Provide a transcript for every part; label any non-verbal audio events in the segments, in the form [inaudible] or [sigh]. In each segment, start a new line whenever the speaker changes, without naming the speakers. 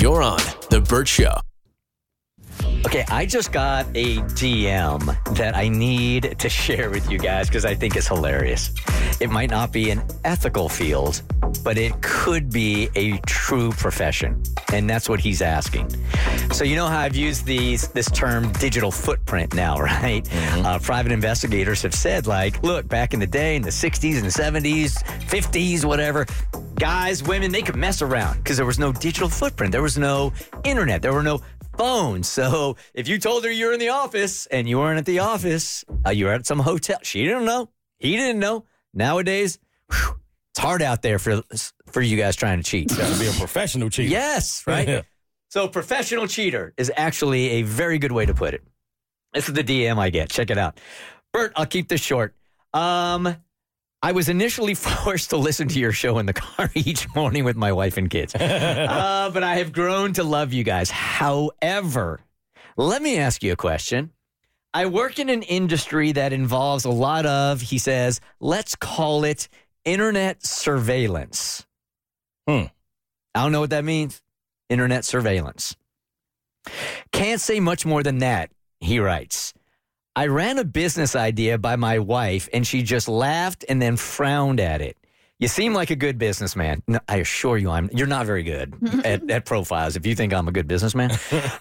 You're on The Burt Show.
Okay, I just got a DM that I need to [laughs] share with you guys because I think it's hilarious. It might not be an ethical field, but it could be a true profession. And that's what he's asking. So, you know how I've used these, this term digital footprint now, [laughs] right? Uh, private investigators have said, like, look, back in the day, in the 60s and 70s, 50s, whatever, guys, women, they could mess around because there was no digital footprint. There was no internet. There were no phone. So if you told her you're in the office and you weren't at the office, uh, you were at some hotel. She didn't know. He didn't know. Nowadays, whew, it's hard out there for for you guys trying to cheat.
Got to be a professional cheater. [laughs]
Yes, right. so professional cheater is actually a very good way to put it. This is the DM I get. Check it out, Bert. I'll keep this short. Um, I was initially [laughs] forced to listen to your show in the car [laughs] each morning with my wife and kids. uh, but I have grown to love you guys. However, let me ask you a question. I work in an industry that involves a lot of, he says, let's call it internet surveillance.
Hmm.
I don't know what that means. Internet surveillance. Can't say much more than that, he writes. I ran a business idea by my wife and she just laughed and then frowned at it. You seem like a good businessman. No, I assure you, I'm. You're not very good at, at profiles. If you think I'm a good businessman,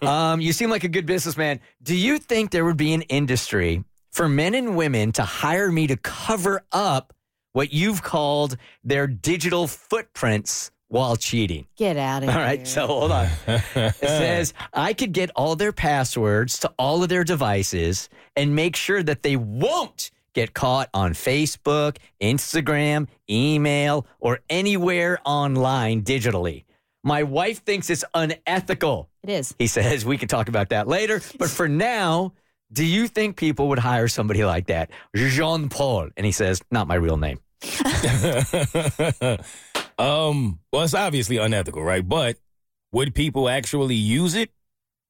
um, you seem like a good businessman. Do you think there would be an industry for men and women to hire me to cover up what you've called their digital footprints while cheating?
Get out of
All
here.
right, so hold on. It says I could get all their passwords to all of their devices and make sure that they won't get caught on Facebook, Instagram, email, or anywhere online digitally. My wife thinks it's unethical.
it is.
He says we can talk about that later, but for now, do you think people would hire somebody like that? Jean Paul. And he says, not my real name. [laughs]
[laughs] um, well, it's obviously unethical, right? But would people actually use it?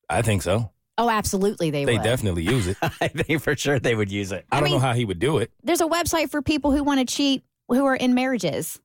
I think so.
Oh, absolutely, they,
They
would.
definitely use it. I,
I think for sure they would use it.
don't know
mean-
how he would do it.
There's a website for people who want to cheat who are in marriages.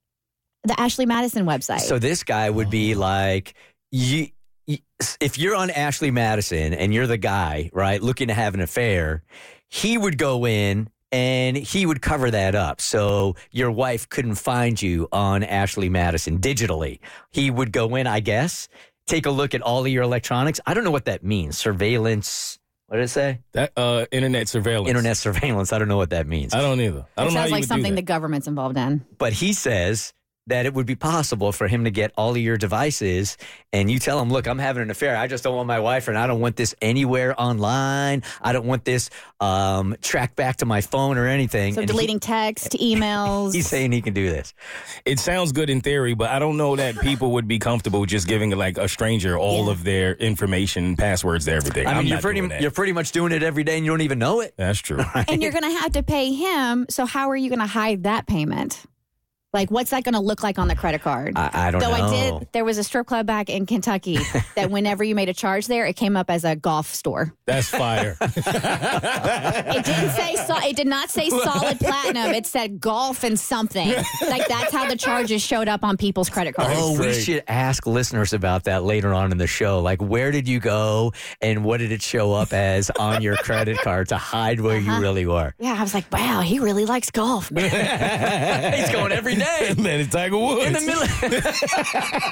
The Ashley Madison website.
So this guy would be like, you, you- if you're on Ashley Madison and you're the guy, right, looking to have an affair, he would go in and he would cover that up. So your wife couldn't find you on Ashley Madison digitally. He would go in, I guess, take a look at all of your electronics. I don't know what that means. Surveillance. What did it say?
That uh, internet surveillance.
Internet surveillance. I don't know what that means.
I don't either. I don't know how
sounds
you
like
would
something
do
the
that.
government's involved in.
but he says that it would be possible for him to get all of your devices and you tell him look i'm having an affair i just don't want my wife and i don't want this anywhere online i don't want this um, tracked back to my phone or anything
So
And he-
deleting text,
[laughs]
emails.
he's saying he can do this
It sounds good in theory, but I don't know that people would be comfortable just giving like a stranger all of their information, passwords, to everything.
i
I'm
mean you're
not
pretty
doing that.
you're pretty much doing it every day and you don't even know it
That's true.
[laughs]
and you're going to have to pay him. So how are you going to hide that payment? Like, what's that going to look like on the credit card?
i, I don't
Though
know
I did, there was a strip club back
[laughs]
in Kentucky that whenever you made a charge there, it came up as a golf store.
That's fire.
It didn't say so, it did not say solid platinum. It said golf and something. Like that's how the charges showed up on people's credit cards.
Oh, we
great.
should ask listeners about that later on in the show. Like, where did you go and what did it show up as on your credit card to hide where you
Uh-huh.
really were?
Yeah, I was like, wow, he really likes golf, man.
He's going every [laughs] day.
Man, it's Tiger Woods.
In the middle. [laughs]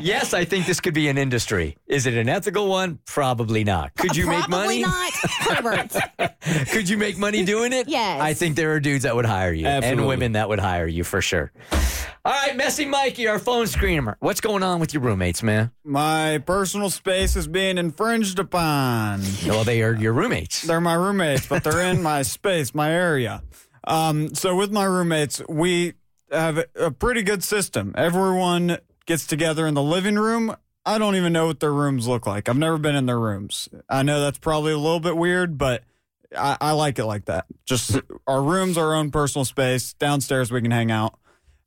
yes, I think this could be an industry. Is it an ethical one? Probably not. Could you make
Uh,
money?
Probably not Herbert.
[laughs] Could you make money doing it?
Yes.
I think there are dudes that would hire you and
Absolutely.
women that would hire you for sure. All right, Messy Mikey, our phone screener. What's going on with your roommates, man?
My personal space is being infringed upon.
Well, they are your roommates.
They're my roommates, but they're in my space, my area. Um, so with my roommates, we have a pretty good system. Everyone gets together in the living room. I don't even know what their rooms look like. I've never been in their rooms. I know that's probably a little bit weird, but I, I like it like that. Just our rooms, our own personal space. Downstairs, we can hang out.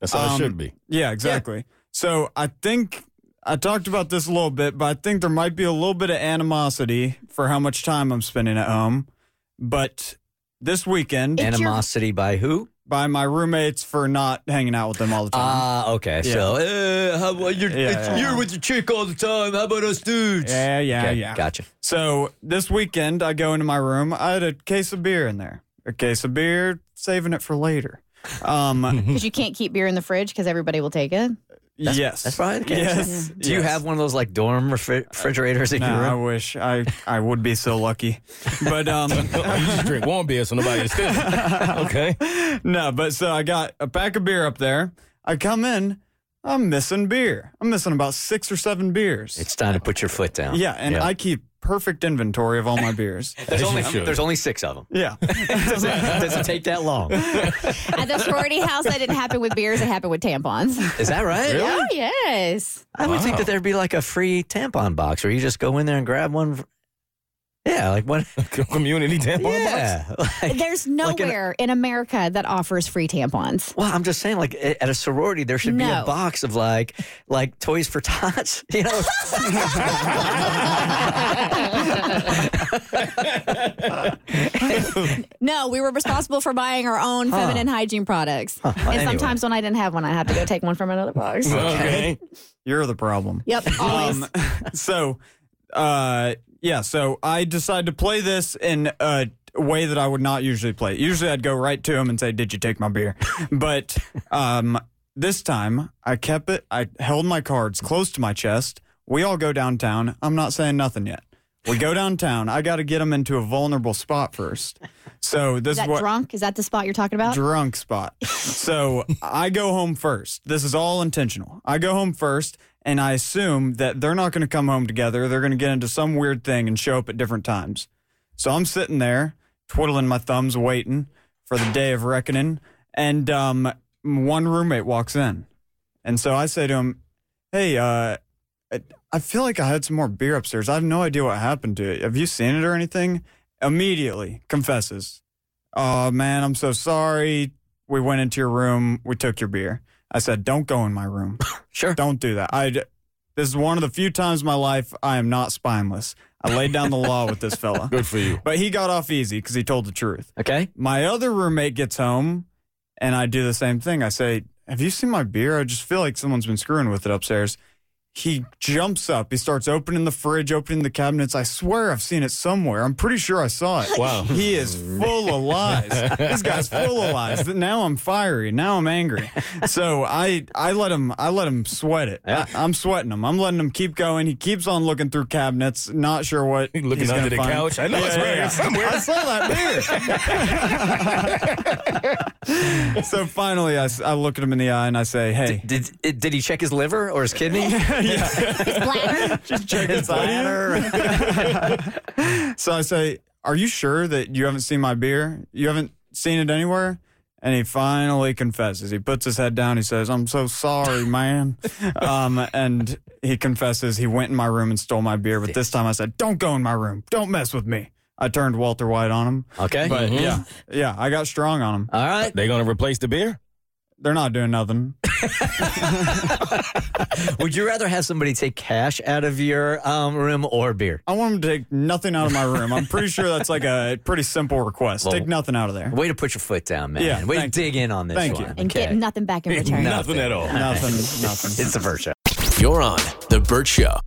That's how it
Um,
should be.
Yeah, exactly. So I think I talked about this a little bit, but I think there might be a little bit of animosity for how much time I'm spending at home. But this weekend
It's your-
Animosity by who?
by my roommates for not hanging out with them all the time.
Ah, okay. So, eh, how about you're,
Yeah,
it's-
yeah.
you're with your chick all the time. How about us dudes?
yeah, yeah,
Okay,
yeah.
Gotcha.
So this weekend, I go into my room. I had a case of beer in there. A case of beer, saving it for later. Um,
Because you can't keep beer in the fridge because everybody will take it.
[laughs]
yes,
That's fine. Okay.
Yes.
Do you
yes.
have one of those like dorm refri- refrigerators in
No,
your
I
room?
wish I I would be so lucky, but um,
[laughs]
you just drink one beer so nobody is stealing. Okay.
[laughs] no. But so I got a pack of beer up there. I come in. I'm missing beer. I'm missing about six or seven beers.
It's time to put your foot down.
yeah, and I keep perfect inventory of all my beers.
There's
As you
only,
should.
there's only six
[laughs]
of them.
Yeah.
Does it, does it take that
[laughs]
long?
At the sorority house, that didn't happen with beers. It happened with tampons.
Is that right?
Oh, yes.
I would think
Wow.
that there'd be like a free tampon box where you just go in there and grab one. f- Yeah, like one.
[laughs]
[laughs]
Community tampon box.
Yeah. [laughs] like-
There's
an-
nowhere in America that offers free tampons.
Well, I'm just saying, like a- at a sorority, there should be a
No.
box of like, like toys for tots. [laughs] You
[laughs]
know,
No, we were responsible for buying our own feminine hygiene products. and
Anyway.
sometimes when I didn't have one, I had to go take one from another box.
Okay.
You're the problem.
Yep, always.
Um, [laughs] so, uh, yeah, so I decided to play this in a way that I would not usually play. it. Usually I'd go right to him and say, Did you take my beer? But um, this time I kept it, I held my cards close to my chest. We all go downtown. I'm not saying nothing yet. We go downtown. I got to get him into a vulnerable spot first. So this
Is
is
that
what
drunk? Is that the spot you're talking about?
drunk spot. So I go home first. This is all intentional. I go home first, and I assume that they're not going to come home together. They're going to get into some weird thing and show up at different times. So I'm sitting there, twiddling my thumbs, waiting for the day of reckoning. And um, one roommate walks in. And so I say to him, Hey, uh, I- I feel like I had some more beer upstairs. I have no idea what happened to it. Have you seen it or anything? Immediately confesses. Oh man, I'm so sorry. We went into your room. We took your beer. I said, don't go in my room. [laughs]
sure.
Don't do that. I. This is one of the few times in my life I am not spineless. I laid down the law with this fella,
Good for you.
but he got off easy because he told the truth.
Okay.
My other roommate gets home, and I do the same thing. I say, "Have you seen my beer? I just feel like someone's been screwing with it upstairs." He jumps up. He starts opening the fridge, opening the cabinets. I swear I've seen it somewhere. I'm pretty sure I saw it.
Wow.
He is full of lies. this guy's
[laughs]
full of lies. Now I'm fiery. Now I'm angry. So I I let him I let him sweat it.
Yeah.
I, am sweating him. I'm letting him keep going. He keeps on looking through cabinets, not sure what
Looking
he's
under the
gonna find.
couch. I know it's right
[laughs]
here somewhere.
I saw that beer. [laughs] so finally, I, s- I look at him in the eye and I say, "Hey,
Did it- did he check his liver or his
[laughs]
kidney?
Bladder?
just check
his bladder.
So I say, "Are you sure that you haven't seen my beer? You haven't seen it anywhere?" And he finally confesses. He puts his head down. He says, "I'm so sorry, man." um, and he confesses he went in my room and stole my beer. But this time I said, "Don't go in my room. Don't mess with me." I turned Walter White on him.
Okay.
But yeah, yeah, I got strong on him.
All right.
They gonna replace the beer?
They're not doing nothing.
Would you rather have somebody take cash out of your um, room or beer?
I want him to take nothing out of my room. I'm pretty sure that's like a pretty simple request.
Well-
take nothing out of there.
Way to put your foot down, man.
Yeah,
Way to
thank
dig in on this
Thank you.
one.
[laughs] And
okay.
get nothing back in return.
Nothing at all.
Nothing. Nothing.
it's the first show.
You're on The Burt Show.